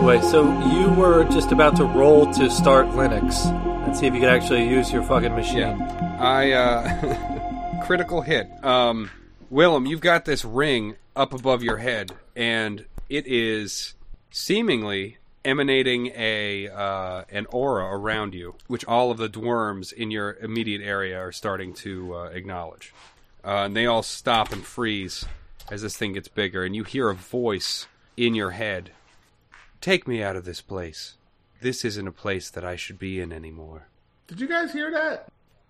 right, so you were just about to roll to start Linux and see if you could actually use your fucking machine. Yeah. I uh, critical hit. Um, Willem, you've got this ring up above your head, and it is seemingly emanating a uh, an aura around you, which all of the dworms in your immediate area are starting to uh, acknowledge, uh, and they all stop and freeze as this thing gets bigger, and you hear a voice in your head. Take me out of this place. This isn't a place that I should be in anymore. Did you guys hear that?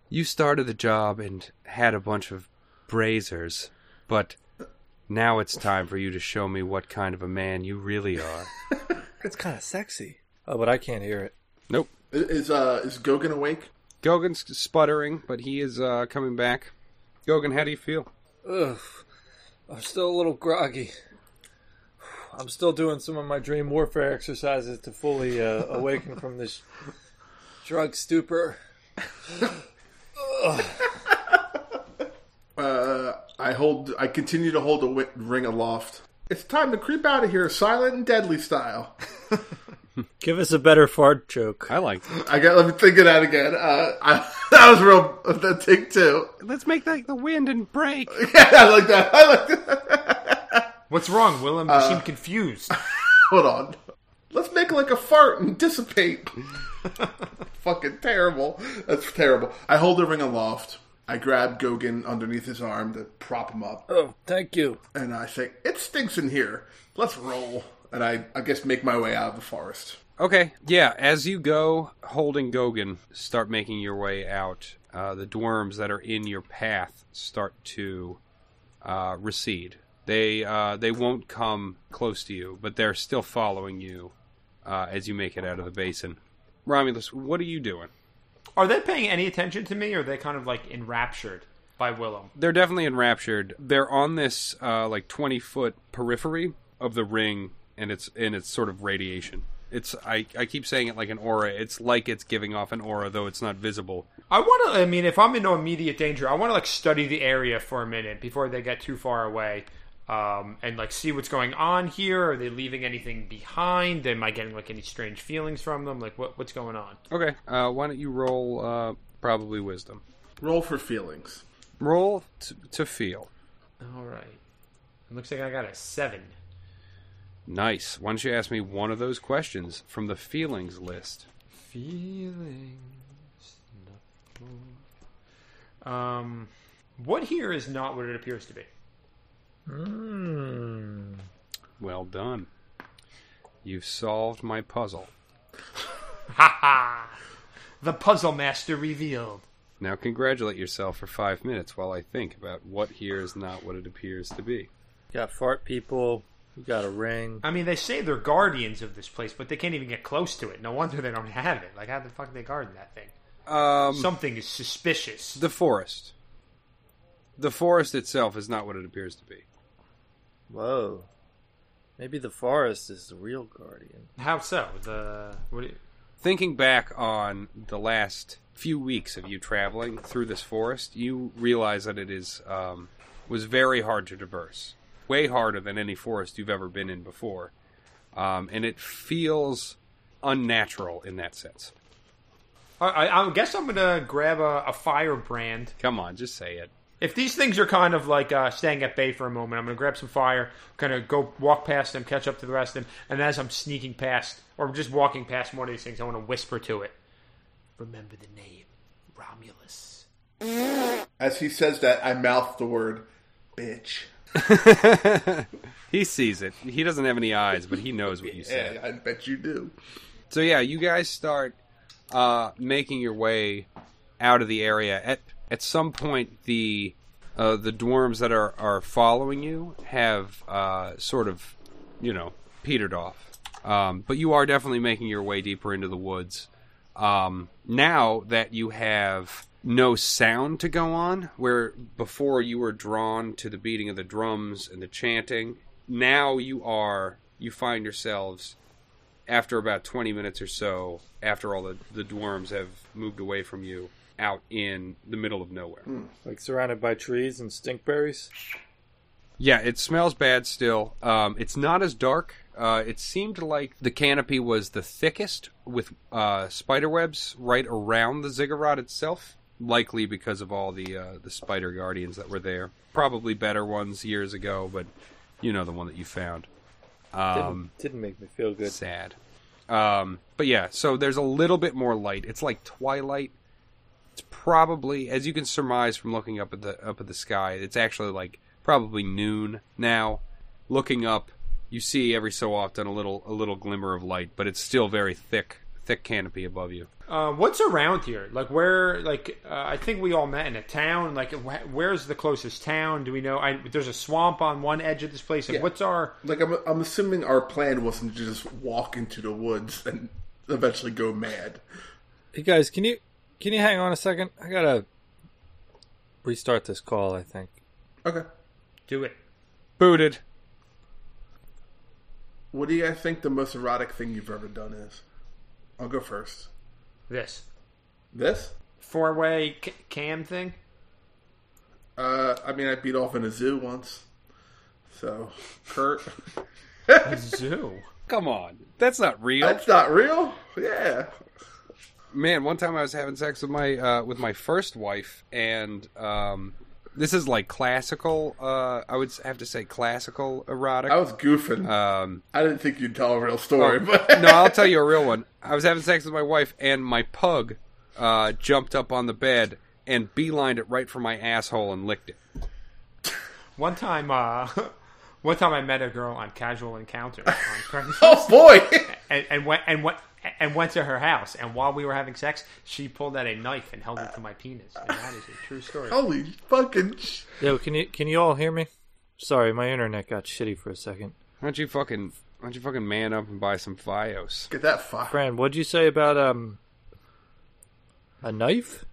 You started the job and had a bunch of brazers, but now it's time for you to show me what kind of a man you really are. It's kind of sexy. Oh, but I can't hear it. nope. Is- Is uh is Gogan awake? Gogan's sputtering, but he is uh, coming back. Gogan, how do you feel? Ugh, I'm still a little groggy. I'm still doing some of my dream warfare exercises to fully uh, awaken from this drug stupor. Uh, I hold. I continue to hold the wi- ring aloft. It's time to creep out of here, silent and deadly style. Give us a better fart joke. I like. It. I got. Let me think of that again. Uh, I, that was real. That take two. Let's make like the wind and break. Yeah, I like that. I like that. What's wrong, Willem? You Uh, seem confused. Hold on. Let's make like a fart and dissipate. Fucking terrible. That's terrible. I hold the ring aloft. I grab Gogan underneath his arm to prop him up, Oh, thank you. and I say, "It stinks in here. Let's roll." And I, I guess, make my way out of the forest. Okay, yeah. As you go, holding Gogan, start making your way out. Uh, the dworms that are in your path start to uh, recede. They uh, they won't come close to you, but they're still following you uh, as you make it out of the basin. Romulus, what are you doing? Are they paying any attention to me, or are they kind of like enraptured by Willem? they're definitely enraptured. They're on this uh, like twenty foot periphery of the ring, and it's and it's sort of radiation. It's I, I keep saying it like an aura. It's like it's giving off an aura, though it's not visible. I want to. I mean, if I'm in no immediate danger, I want to like study the area for a minute before they get too far away, um, and like see what's going on here. Are they leaving anything behind? Am I getting like any strange feelings from them? Like what what's going on? Okay, uh, why don't you roll uh, probably wisdom? Roll for feelings. Roll t- to feel. All right. It looks like I got a seven. Nice. Why don't you ask me one of those questions from the feelings list? Feelings. Um, what here is not what it appears to be. Well done. You've solved my puzzle. Ha ha! The puzzle master revealed. Now congratulate yourself for five minutes while I think about what here is not what it appears to be. You got fart people. You got a ring. I mean, they say they're guardians of this place, but they can't even get close to it. No wonder they don't have it. Like, how the fuck are they guarding that thing? Um, Something is suspicious. the forest. The forest itself is not what it appears to be. Whoa. Maybe the forest is the real guardian. how so? The what? do you- Thinking back on the last few weeks of you traveling through this forest, you realize that it is um, was very hard to traverse, way harder than any forest you've ever been in before, um, and it feels unnatural in that sense. I, I, I guess I'm gonna grab a, a firebrand Come on, just say it. if these things are kind of like uh, staying at bay for a moment, I'm going to grab some fire, kind of go walk past them, catch up to the rest of them, and as I'm sneaking past or just walking past one of these things, I want to whisper to it. Remember the name, Romulus. As he says that, I mouth the word, "Bitch." He sees it. He doesn't have any eyes, but he knows what you said. Yeah, I bet you do. So yeah, you guys start uh, making your way out of the area. At at some point, the uh, the dwarves that are, are following you have uh, sort of, you know, petered off. Um, but you are definitely making your way deeper into the woods. Um, now that you have no sound to go on, where before you were drawn to the beating of the drums and the chanting, now you are you find yourselves after about 20 minutes or so, after all the, the dwarves have moved away from you, out in the middle of nowhere. Like surrounded by trees and stinkberries. Yeah, it smells bad still. Um, it's not as dark. Uh, it seemed like the canopy was the thickest, with uh, spider webs right around the ziggurat itself, likely because of all the uh, the spider guardians that were there. Probably better ones years ago, but you know the one that you found. Didn't, Um, didn't make me feel good. sad. Um, but yeah, so there's a little bit more light. It's like twilight. It's probably, as you can surmise from looking up at the up at the sky, it's actually like probably noon now. Looking up, you see every so often a little a little glimmer of light, but it's still very thick thick canopy above you. Uh, what's around here? Like where? Like uh, I think we all met in a town. Like wh- where's the closest town? Do we know? I, there's a swamp on one edge of this place. Like Yeah. what's our? Like I'm, I'm assuming our plan wasn't to just walk into the woods and eventually go mad. Hey guys, can you can you hang on a second? I gotta restart this call. I think. Okay. Do it. Booted. What do you guys think the most erotic thing you've ever done is? I'll go first. This This? four way c- cam thing. Uh, I mean, I beat off in a zoo once. So, Kurt, Zoo. Come on, that's not real. that's not real. Yeah. man one time i was having sex with my uh, with my first wife and um, this is like classical uh, i would s- have to say classical erotic I was goofing. um, I didn't think you'd tell a Oh, real story, but no i'll tell you a real one i was having sex with my wife and my pug uh, jumped up on the bed and beelined it right for my asshole and licked it One time, uh, one time I met a girl on Casual Encounter on Craigslist. oh boy, and, and went and went and went to her house. And while we were having sex, she pulled out a knife and held it to my penis. And that is a true story. holy fucking! Sh- Yo, can you can you all hear me? Sorry, my internet got shitty for a second. why don't you fucking why don't you fucking man up and buy some fios Get that fuck. Fran, what'd you say about um a knife?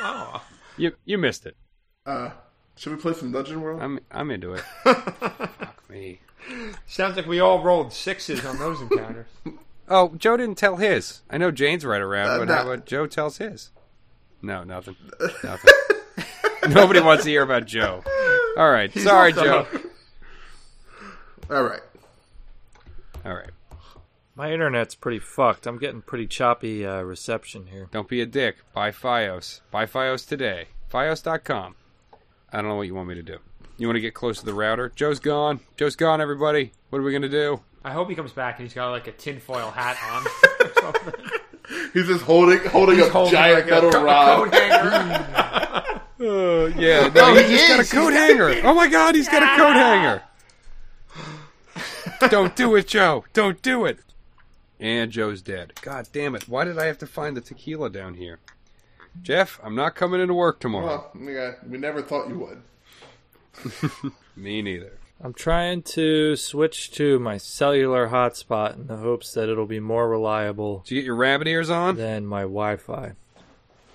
Oh, you you missed it Uh, should we play some Dungeon World? i'm i'm into it fuck me sounds like we all rolled sixes on those encounters. Oh, Joe didn't tell his. I know Jane's right around, Uh, but no. how about Joe tells his? No, nothing. Nothing. Nobody wants to hear about Joe. All right. Sorry, Joe. Uh, All right. All right. My internet's pretty fucked. I'm getting pretty choppy uh, reception here. Don't be a dick. Buy Fios. Buy Fios today. Fios.com. I don't know what you want me to do. You want to get close to the router? Joe's gone. Joe's gone, everybody. What are we going to do? I hope he comes back and he's got like a tinfoil hat on. He's just holding holding a holding giant like a metal rod. Uh, yeah. No, he he just got a is. coat hanger. Oh, my God. He's got a coat hanger. Don't do it, Joe. Don't do it. And Joe's dead. God damn it. Why did I have to find the tequila down here? Jeff, I'm not coming into work tomorrow. Well, Oh, yeah, we never thought you would. Me neither. I'm trying to switch to my cellular hotspot in the hopes that it'll be more reliable Did you get your rabbit ears on? than my Wi-Fi.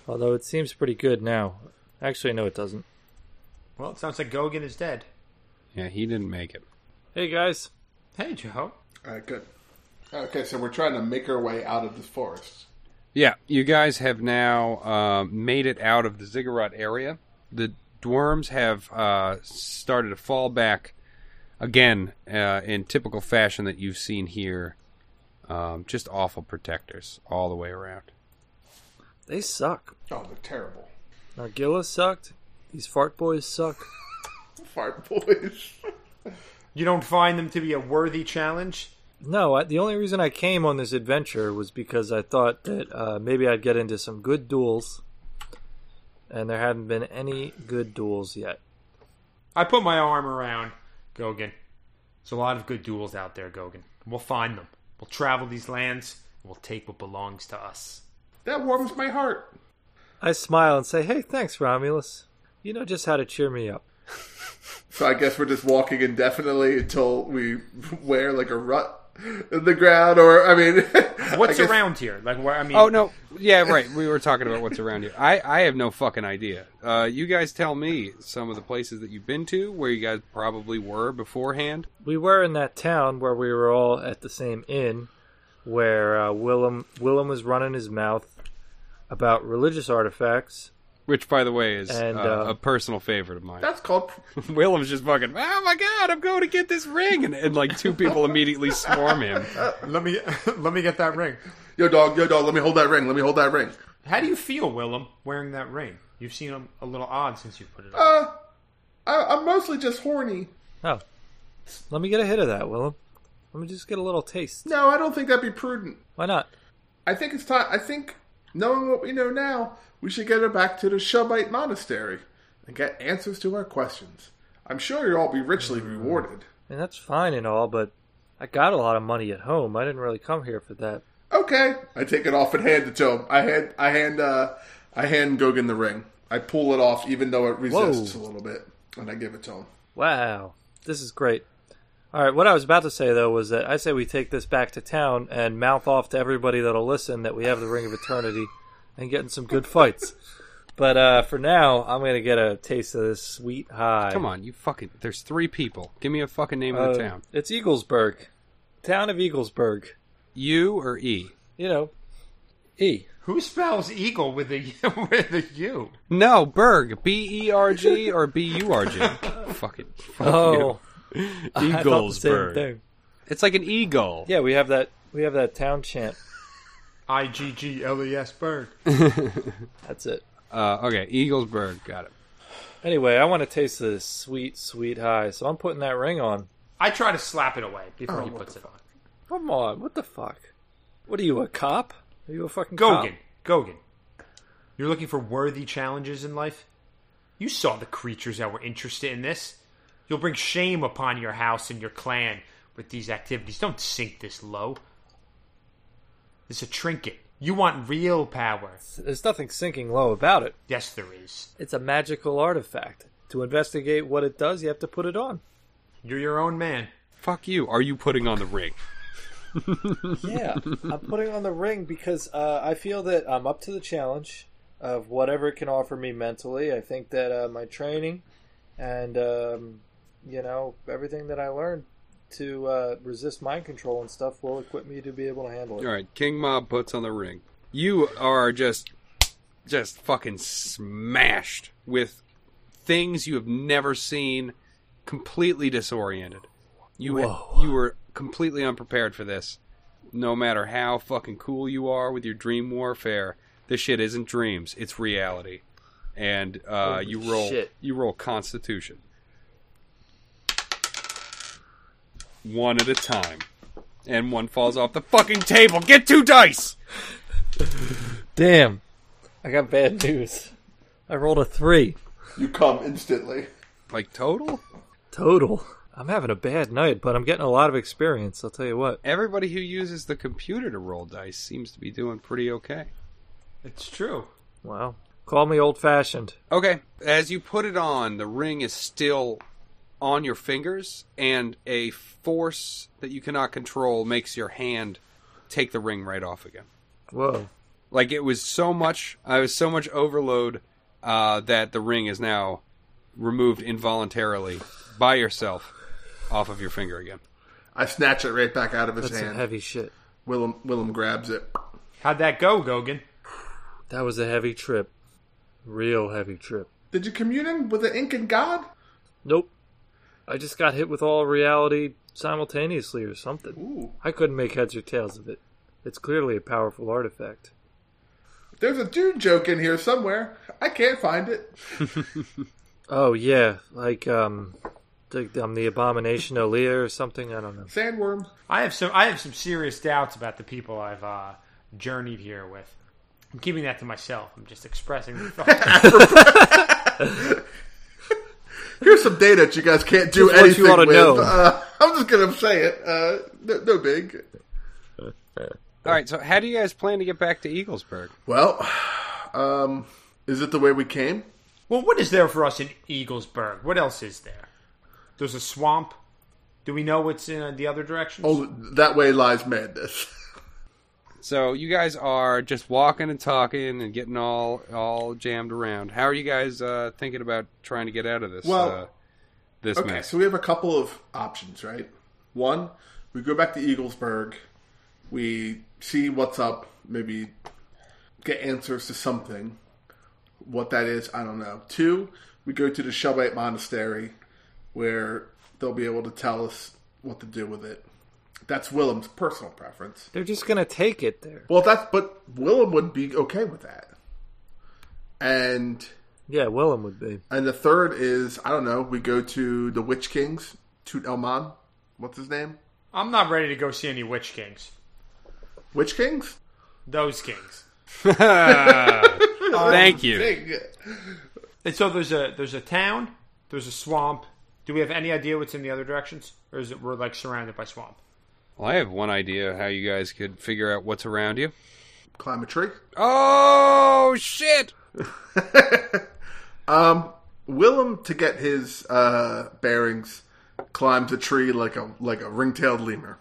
Although it seems pretty good now. Actually, no, it doesn't. well, it sounds like Gogin is dead. Yeah, he didn't make it. Hey guys, Hey, Joe. All right, good. Okay, so we're trying to make our way out of this forest. Yeah, you guys have now uh, made it out of the ziggurat area. The dwarves have uh, started to fall back again uh, in typical fashion that you've seen here. Um, just awful protectors all the way around. they suck. Oh, they're terrible. Nargila sucked. These fart boys suck. Fart boys. You don't find them to be a worthy challenge. No, I, the only reason I came on this adventure was because I thought that uh, maybe I'd get into some good duels, and there haven't been any good duels yet. I put my arm around Gogin. There's a lot of good duels out there, Gogin. We'll find them. We'll travel these lands. And we'll take what belongs to us. That warms my heart. I smile and say, "Hey, thanks, Romulus. You know just how to cheer me up." So I guess we're just walking indefinitely until we wear like a rut in the ground, or I mean, What's I guess- around here? Like, where, I mean, Oh no, yeah, right. We were talking about what's around here. I I have no fucking idea. Uh, you guys tell me some of the places that you've been to where you guys probably were beforehand. We were in that town where we were all at the same inn, where uh, Willem Willem was running his mouth about religious artifacts, which, by the way, is And, uh, uh, a personal favorite of mine. That's called. Willem's just fucking, oh my god, I'm going to get this ring, and, and like two people immediately swarm him. Let me let me get that ring. Yo, dog. Yo, dog. Let me hold that ring. Let me hold that ring. How do you feel, Willem, wearing that ring? You've seen him a little odd since you put it on. Uh, I, I'm mostly just horny. Oh, let me get a hit of that, Willem. Let me just get a little taste. No, I don't think that'd be prudent. Why not? I think it's time. I think knowing what we know now, we should get her back to the Shubite monastery and get answers to our questions. I'm sure you'll all be richly rewarded. And that's fine and all, but I got a lot of money at home. I didn't really come here for that. Okay, I take it off and hand it to him. I hand, I hand, uh, I hand Gogin the ring. I pull it off, even though it resists a little bit, and I give it to him. Wow, this is great. All right, what I was about to say though was that I say we take this back to town and mouth off to everybody that'll listen that we have the Ring of Eternity and get in some good fights. But uh, for now, I'm gonna get a taste of this sweet high. Uh, Come on, you fucking. There's three people. Give me a fucking name of the town. It's Eaglesburg, town of Eaglesburg. U or E? You know, E. Who spells eagle with a with a U? No, Berg. B E R G or B U R G. Fuck it. Fuck Oh, you. I thought the same Eaglesburg. thing. It's like an eagle. Yeah, we have that. We have that town chant. I G G L E S bird. That's it. Uh, okay, Eaglesburg. Got it. Anyway, I want to taste of this sweet, sweet high, so I'm putting that ring on. I try to slap it away before he puts it on. Come on, what the fuck? What are you, a cop? Are you a fucking cop? Gogin, Gogin, you're looking for worthy challenges in life. You saw the creatures that were interested in this. You'll bring shame upon your house and your clan with these activities. Don't sink this low. It's a trinket. You want real power. There's nothing sinking low about it. Yes, there is. It's a magical artifact. To investigate what it does, you have to put it on. You're your own man. Fuck you. Are you putting on the ring? Yeah, I'm putting on the ring because uh, I feel that I'm up to the challenge of whatever it can offer me mentally. I think that uh, my training and, um, you know, everything that I learned to uh, resist mind control and stuff will equip me to be able to handle it. All right, King Mob puts on the ring. You are just, just fucking smashed with things you have never seen. Completely disoriented. You Whoa. you were completely unprepared for this. No matter how fucking cool you are with your dream warfare, this shit isn't dreams. It's reality. And uh, you roll shit. you roll Constitution. One at a time. And one falls off the fucking table. Get two dice. Damn, I got bad news. I rolled a three. You come instantly. Like total? total. I'm having a bad night, but I'm getting a lot of experience. I'll tell you what. Everybody who uses the computer to roll dice seems to be doing pretty okay. It's true. Wow. Call me old fashioned. Okay. As you put it on, the ring is still on your fingers, and a force that you cannot control makes your hand take the ring right off again. Whoa. Like it was so much, I was so much overload uh, that the ring is now removed involuntarily by yourself off of your finger again. I snatch it right back out of his That's some hand. heavy shit. Willem, Willem grabs it. How'd that go, Gogin? That was a heavy trip. Real heavy trip. Did you commune with the Incan god? Nope. I just got hit with all reality simultaneously or something. Ooh. I couldn't make heads or tails of it. It's clearly a powerful artifact. There's a dude joke in here somewhere. I can't find it. Oh, yeah. Like, um, the, um, the abomination Aaliyah or something. I don't know. Sandworm. I have some I have some serious doubts about the people I've uh, journeyed here with. I'm keeping that to myself. I'm just expressing the thought. Here's some data that you guys can't do Just what you oughta anything with. know. Uh, I'm just gonna say it. Uh, no, no big. All right. So, how do you guys plan to get back to Eaglesburg? Well, um, is it the way we came? well, what is there for us in Eaglesburg? What else is there? There's a swamp. Do we know what's in uh, the other direction? Oh, that way lies madness. So you guys are just walking and talking and getting all all jammed around. How are you guys uh, thinking about trying to get out of this? Well, uh, this Okay, mess. so we have a couple of options, right? One, we go back to Eaglesburg, we see what's up, maybe get answers to something, What that is, I don't know. Two, we go to the Shelbite Monastery, where they'll be able to tell us what to do with it. That's Willem's personal preference. They're just gonna take it there. Well, that's but Willem would be okay with that. And Yeah, Willem would be. and the third is I don't know. We go to the Witch Kings, Tut Elman. What's his name? I'm not ready to go see any Witch Kings. Witch Kings. Those Kings. Thank you. Dang. And so there's a there's a town, there's a swamp. Do we have any idea what's in the other directions, or is it we're like surrounded by swamp? Well, I have one idea how you guys could figure out what's around you. Climb a tree. Oh shit! Willem, to get his uh, bearings, climbs a tree like a like a ring-tailed lemur,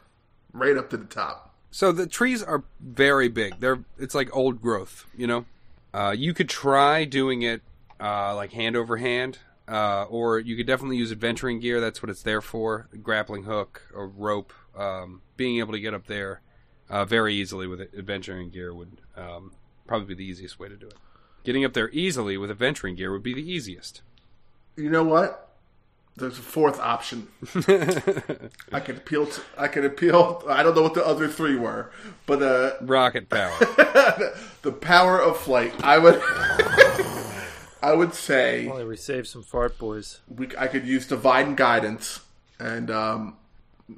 right up to the top. So the trees are very big. They're it's like old growth, you know. Uh, you could try doing it uh, like hand over hand, uh, or you could definitely use adventuring gear. That's what it's there for: grappling hook, a rope. Um, being able to get up there uh, very easily with adventuring gear would um, probably be the easiest way to do it. Getting up there easily with adventuring gear would be the easiest. You know what? There's a fourth option. I could appeal. To, I could appeal. I don't know what the other three were, but uh, Rocket power. the power of flight. I would. I would say Only we saved some fart boys. we, I could use divine guidance and um,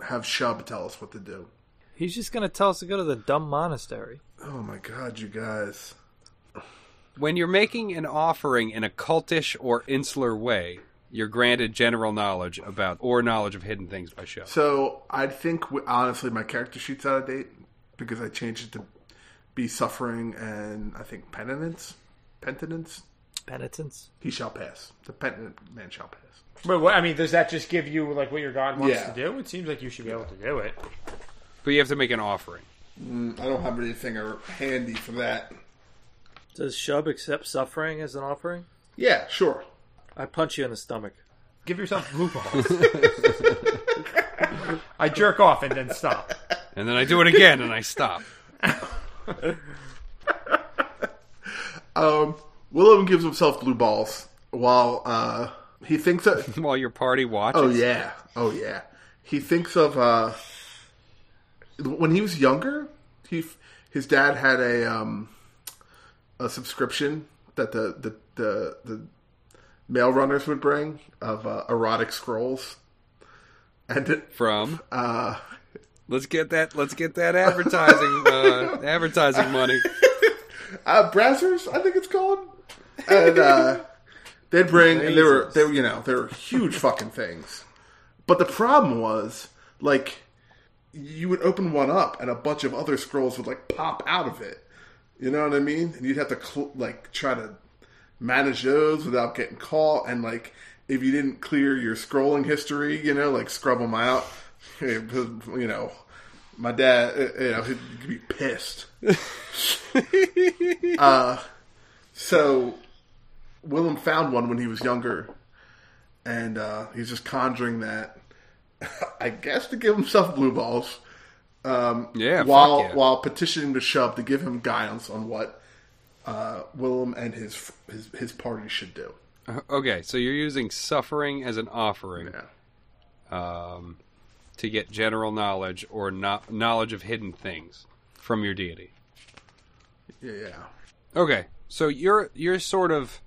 have Shub tell us what to do. He's just gonna tell us to go to the dumb monastery. Oh my god, you guys! When you're making an offering in a cultish or insular way, you're granted general knowledge about or knowledge of hidden things by show. So I think we, honestly, my character sheet's out of date because I changed it to be suffering and I think penitence. Penitence. Penitence. He shall pass. The penitent man shall pass. But what, I mean, does that just give you like what your god wants Yeah. to do? It seems like you should be able to do it. But you have to make an offering. I don't have anything or- handy for that. Does Shub accept suffering as an offering? Yeah, sure. I punch you in the stomach. Give yourself blue balls. I jerk off and then stop. And then I do it again and I stop. Um, Willem gives himself blue balls while uh, he thinks that While your party watches. Oh yeah, oh yeah. He thinks of uh, when he was younger. He his dad had a um, a subscription that the the the, the mail runners would bring of uh, erotic scrolls, and it, From uh, let's get that let's get that advertising uh, advertising money. uh, Brazzers, I think it's called, and uh, they'd bring and they were they were, you know they were huge fucking things, but the problem was like you would open one up and a bunch of other scrolls would like pop out of it, you know what I mean? And you'd have to cl- like try to manage those without getting caught and like if you didn't clear your scrolling history, you know, like scrub them out, you know. My dad, uh, you know, he'd be pissed. So Willem found one when he was younger, and uh, he's just conjuring that, I guess, to give himself blue balls. Um, Yeah, fuck while yeah. while petitioning the shove to give him guidance on what uh, Willem and his, his his party should do. Okay, so you're using suffering as an offering Yeah. um, to get general knowledge or no- knowledge of hidden things from your deity. Yeah, Okay, so you're you're sort of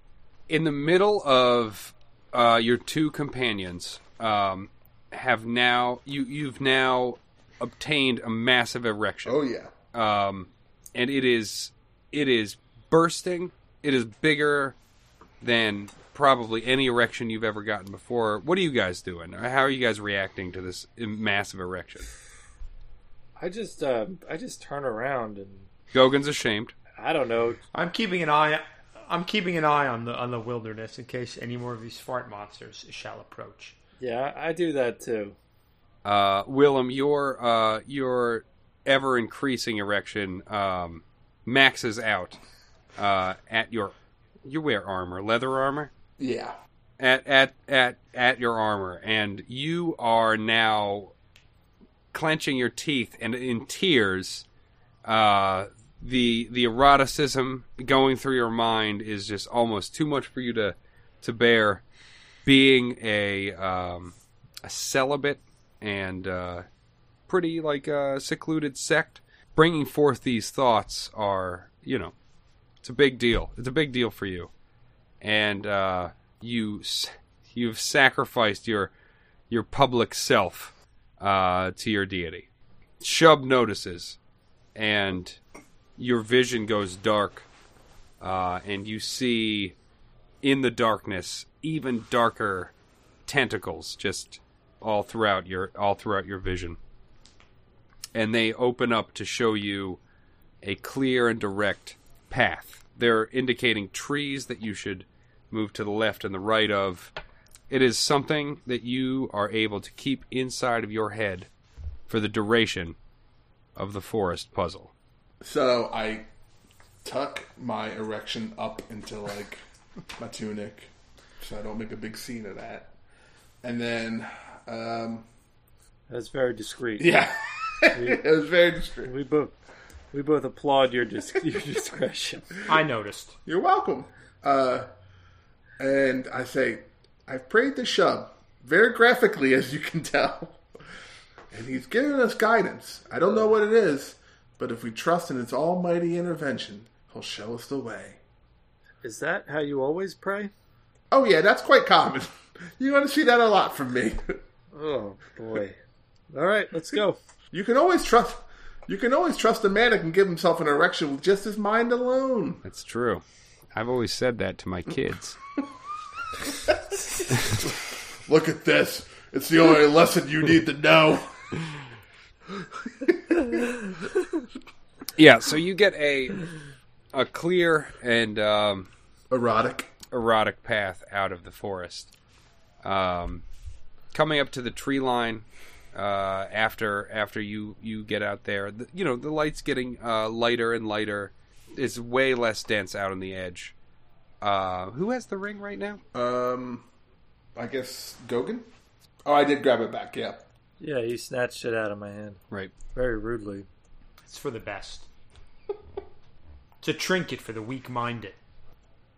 in the middle of uh, your two companions um, have now you you've now obtained a massive erection oh yeah, um, and it is it is bursting. It is bigger than probably any erection you've ever gotten before. What are you guys doing? How are you guys reacting to this massive erection? I just uh, I just turn around and Gogan's ashamed. I don't know. I'm keeping an eye. I'm keeping an eye on the on the wilderness in case any more of these fart monsters shall approach. Yeah, I do that too. uh, Willem, your uh, your ever increasing erection um, maxes out uh, at your you wear armor, leather armor yeah. at at at at your armor, and you are now clenching your teeth and in tears. Uh, the the eroticism going through your mind is just almost too much for you to to bear. Being a um, a celibate and uh, pretty like uh, secluded sect, bringing forth these thoughts are you know it's a big deal. It's a big deal for you, and uh, you s- you've sacrificed your your public self uh, to your deity. Shub notices, and your vision goes dark, uh, and you see in the darkness even darker tentacles just all throughout your all throughout your vision, and they open up to show you a clear and direct path. They're indicating trees that you should move to the left and the right of. It is something that you are able to keep inside of your head for the duration of the forest puzzle. So I tuck my erection up into like my tunic, so I don't make a big scene of that. And then, um, That's very discreet. yeah, it was very discreet. We both we both applaud your, dis- your discretion. I noticed. You're welcome. Uh, and I say, I've prayed to Shub very graphically, as you can tell. And he's giving us guidance. I don't know what it is, but if we trust in his almighty intervention, he'll show us the way. Is that how you always pray? Oh, yeah, that's quite common. You're going to see that a lot from me. Oh boy. All right, let's go. You can always trust. You can always trust a man that can give himself an erection with just his mind alone. That's true. I've always said that to my kids. Look at this. It's the only lesson you need to know. yeah, so you get a a clear and um, Erotic. erotic path out of the forest. Um, coming up to the tree line uh, after after you you get out there, the, you know the light's getting uh, lighter and lighter. It's way less dense out on the edge. Uh, who has the ring right now? Um, I guess Gogan. Oh, I did grab it back. Yeah. Yeah, you snatched it out of my hand Right. very rudely. It's for the best. it's a trinket for the weak-minded.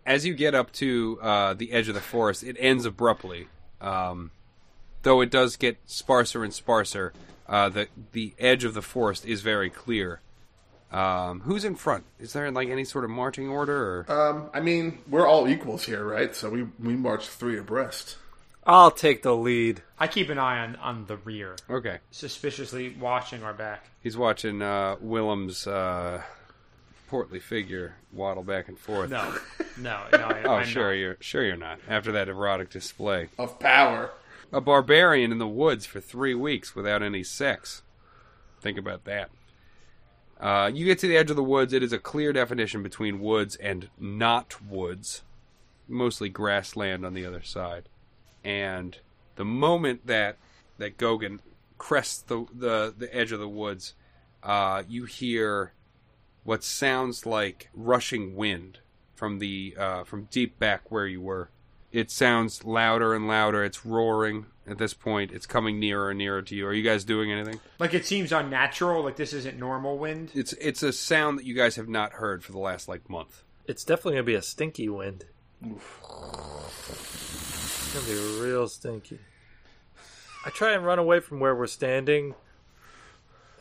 as you get up to uh, the edge of the forest, it ends abruptly. Um, though it does get sparser and sparser, uh, the the edge of the forest is very clear. Um, who's in front? Is there like any sort of marching order? Or... Um, I mean, we're all equals here, right? So we we march three abreast. I'll take the lead. I keep an eye on, on the rear, okay, suspiciously watching our back. he's watching uh, Willem's uh, portly figure waddle back and forth. No, no, no. I, Oh, I'm sure not. you're sure you're not. After that erotic display, Of power. a barbarian in the woods for three weeks without any sex. Think about that. Uh, you get to the edge of the woods. It is a clear definition between woods and not woods, mostly grassland on the other side. And the moment that that Gogin crests the the, the edge of the woods, uh, you hear what sounds like rushing wind from the uh, from deep back where you were it sounds louder and louder. It's roaring at this point. It's coming nearer and nearer to you. Are you guys doing anything? Like it seems unnatural. Like this isn't normal wind. It's it's a sound that you guys have not heard for the last like month. It's definitely gonna be a stinky wind. It's gonna be real stinky. I try and run away from where we're standing,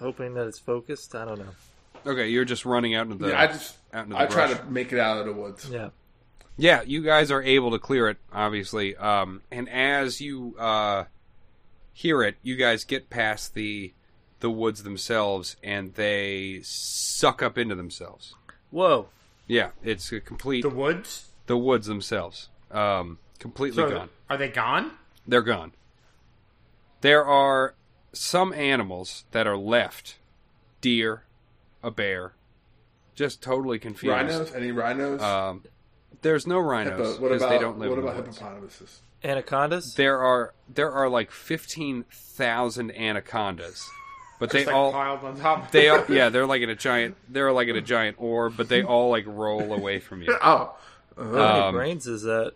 hoping that it's focused. I don't know. Okay, you're just running out into the I just out into the I try brush. to make it out of the woods. Yeah. Yeah, you guys are able to clear it, obviously. Um, and as you uh, hear it, you guys get past the the woods themselves, and they suck up into themselves. Whoa. Yeah, it's a complete The the, woods. woods themselves, um, completely So, gone. Are they gone? They're gone. There are some animals that are left deer, a bear, just totally confused. Rhinos? Any rhinos? Um, there's no Hippo- rhinos what because about they don't live what in the about woods. hippopotamuses? Anacondas? There are there are like fifteen thousand anacondas, but they Just, like, all piled on top. they all yeah they're like in a giant they're like in a giant orb, but they all like roll away from you. Oh, How many um, brains is that?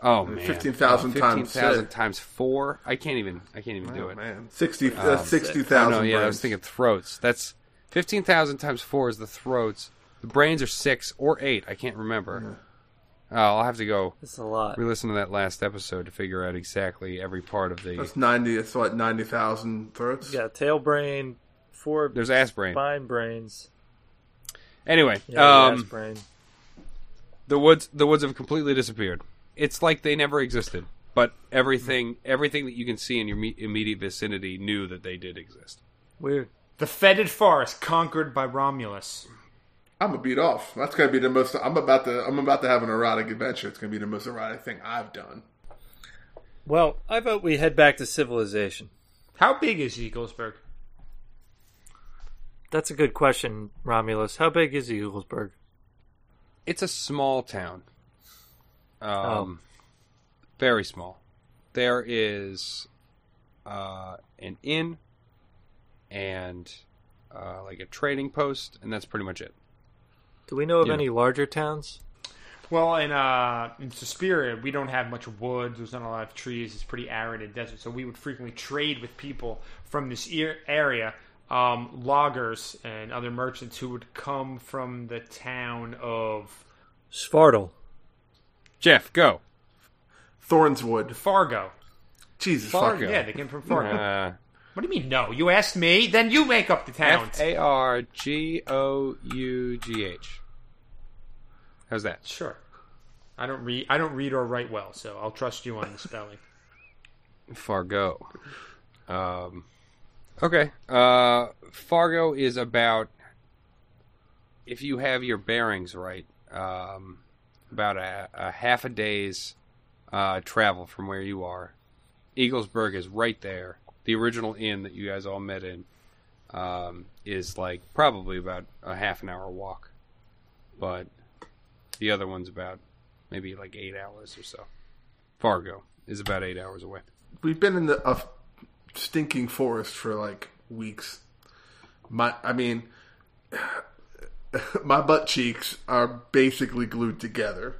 Oh man, 15,000 times fifteen thousand six. times four. I can't even I can't even do it. man, sixty uh, sixty thousand. No, yeah, I was thinking throats. That's Fifteen thousand times four is the throats. The brains are six or eight. I can't remember. Uh, I'll have to go It's a lot. re-listen to that last episode to figure out exactly every part of the. That's ninety. That's what ninety thousand throats. Yeah, tail brain, four There's ass brain. spine brains. Anyway, Yeah, um, ass brain. the woods the woods have completely disappeared. It's like they never existed. But everything everything that you can see in your me- immediate vicinity knew that they did exist. Weird. The fetid forest conquered by Romulus. I'm gonna beat off. That's gonna be the most. I'm about to. I'm about to have an erotic adventure. It's gonna be the most erotic thing I've done. Well, I vote we head back to civilization. How big is Eaglesburg? That's a good question, Romulus. How big is Eaglesburg? It's a small town. Um, very small. There is uh, an inn and uh, like a trading post, and that's pretty much it. Do we know of Yeah. any larger towns? Well, in uh, in Suspiria, we don't have much woods. There's not a lot of trees. It's pretty arid and desert. So we would frequently trade with people from this ear area, um, loggers and other merchants who would come from the town of Svartal. Jeff, go. Thornswood. Fargo. Jesus Fargo. fucking. Yeah, they came from Fargo. Uh, What do you mean? No, you asked me. Then you make up the town. F A R G O U G H. How's that? Sure. I don't read. I don't read or write well, so I'll trust you on the spelling. Fargo. Um, okay. Uh, Fargo is about, if you have your bearings right, um, about a, a half a day's uh, travel from where you are. Eaglesburg is right there. The original inn that you guys all met in um, is like probably about a half an hour walk, but the other one's about maybe like eight hours or so. Fargo is about eight hours away. We've been in the a stinking forest for like weeks. My, I mean, my butt cheeks are basically glued together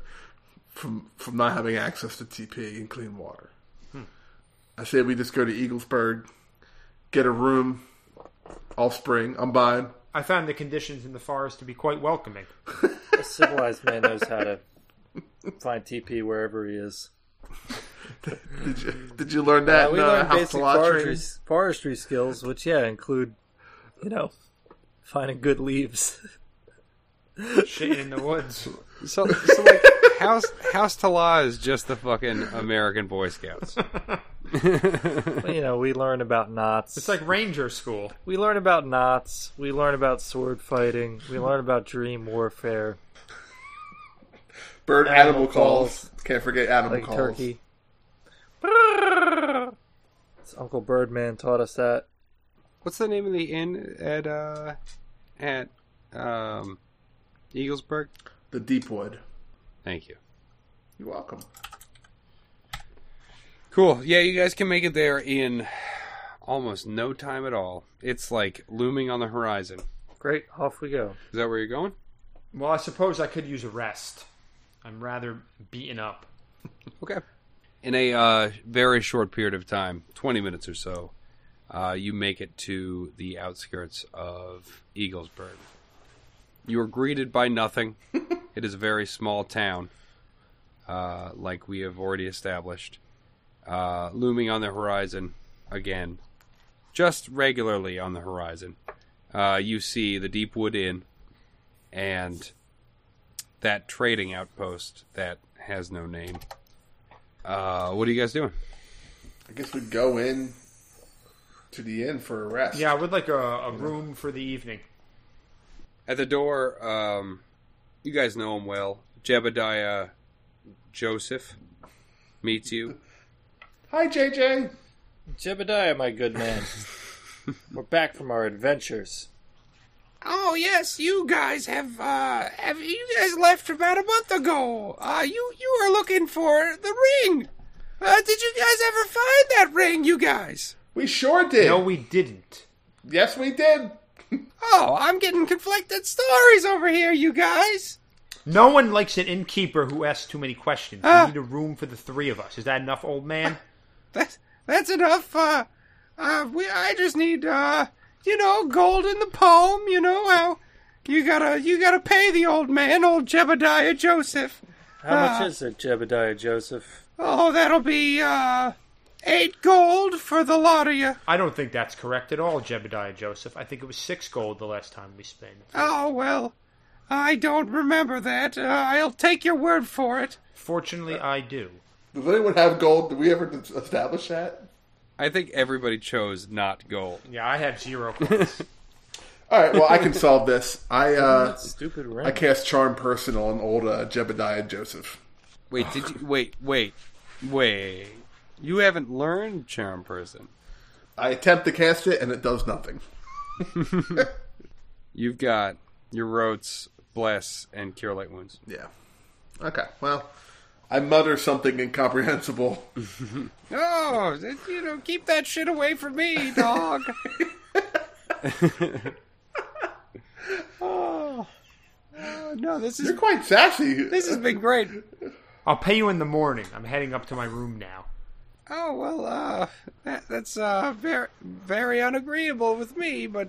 from from not having access to TP and clean water. Hmm. I say we just go to Eaglesburg, get a room, all spring. I'm buying. I found the conditions in the forest to be quite welcoming. A civilized man knows how to find TP wherever he is. Did you, did you learn that? Uh, we in, uh, learned House basic of Law forestry, training? forestry skills, which yeah include, you know, finding good leaves. Shitting in the woods. So, so like House House Tala is just the fucking American Boy Scouts. you know, we learn about knots. It's like ranger school. we learn about knots. We learn about sword fighting. We learn about dream warfare, Bird Animal animal, calls. Can't forget animal like calls. turkey. It's Uncle Birdman taught us that. What's the name of the inn at uh at um Eaglesburg? The deep wood. Thank you. You're welcome. Cool. Yeah, you guys can make it there in almost no time at all. It's like looming on the horizon. Great, off we go. Is that where you're going? Well, I suppose I could use a rest. I'm rather beaten up. Okay. In a uh, very short period of time, 20 minutes or so, uh, you make it to the outskirts of Eaglesburg. You are greeted by nothing. it is a very small town, uh, like we have already established. Uh, looming on the horizon, again, just regularly on the horizon, uh, you see the Deepwood Inn and that trading outpost that has no name. Uh, what are you guys doing? I guess we go in to the inn for a rest. Yeah, I would like a, a room for the evening. At the door, um, you guys know him well. Jebediah Joseph meets you. Hi, JJ. Jebediah, my good man. We're back from our adventures. Oh yes, you guys have uh, have you guys left about a month ago? Uh, you you were looking for the ring. Uh, did you guys ever find that ring, you guys? We sure did. No, we didn't. yes, we did. Oh, I'm getting conflicted stories over here, you guys. No one likes an innkeeper who asks too many questions. Ah. We need a room for the three of us. Is that enough, old man? That's that's enough. Uh, uh, we I just need uh, you know, gold in the palm. You know how you gotta you gotta pay the old man, old Jebediah Joseph. How Ah. much is it, Jebediah Joseph? Oh, that'll be uh, eight gold for the lot of you. I don't think that's correct at all, Jebediah Joseph. I think it was six gold the last time we spent. Oh well, I don't remember that. Uh, I'll take your word for it. Fortunately, I do. Does anyone have gold? Did we ever establish that? I think everybody chose not gold. Yeah, I have zero points. All right. Well, I can solve this. I uh, Stupid I ring. cast charm person on old uh, Jebediah Joseph. Wait, did you wait, wait, wait. You haven't learned charm person. I attempt to cast it and it does nothing. You've got your rotes, bless, and cure light wounds. Yeah. Okay. Well, I mutter something incomprehensible. Oh, that- you know, keep that shit away from me, dog. oh, oh, no, this is You're quite sassy. this has been great. I'll pay you in the morning. I'm heading up to my room now. Oh well, uh, that, that's uh, very very unagreeable with me, but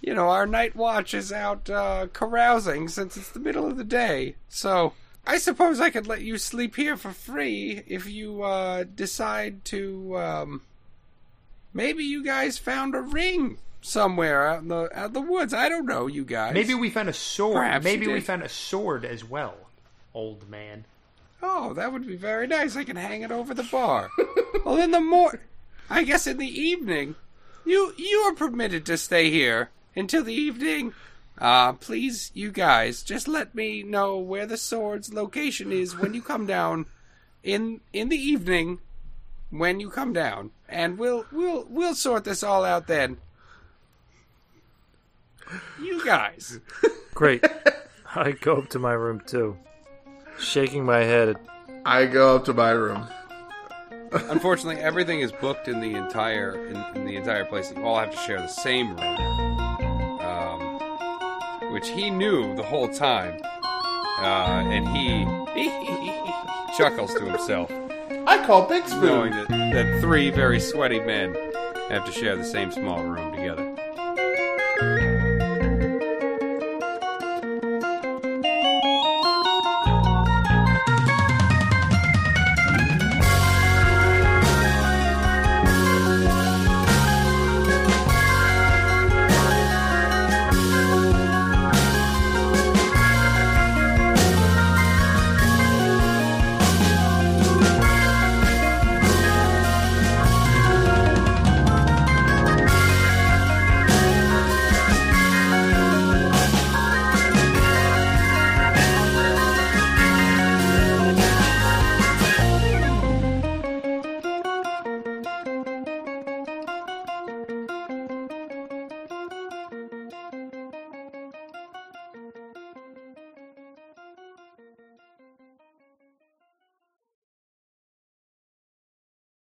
you know our night watch is out uh, carousing since it's the middle of the day, so I suppose I could let you sleep here for free if you uh, decide to. Um, maybe you guys found a ring somewhere out in the out in the woods. I don't know, you guys. Maybe we found a sword. Perhaps Maybe you we did. found a sword as well, old man. Oh, that would be very nice. I can hang it over the bar. well, in the mor, I guess in the evening, you you are permitted to stay here until the evening. Uh, please, you guys, just let me know where the sword's location is when you come down in in the evening. When you come down, and we'll we'll we'll sort this all out then. You guys, Great. I go up to my room too, shaking my head. At, I go up to my room. unfortunately, everything is booked in the entire in, in the entire place. You all have to share the same room. um, which he knew the whole time, uh, and he chuckles to himself, I call Big Spoon. knowing that, that three very sweaty men have to share the same small room together.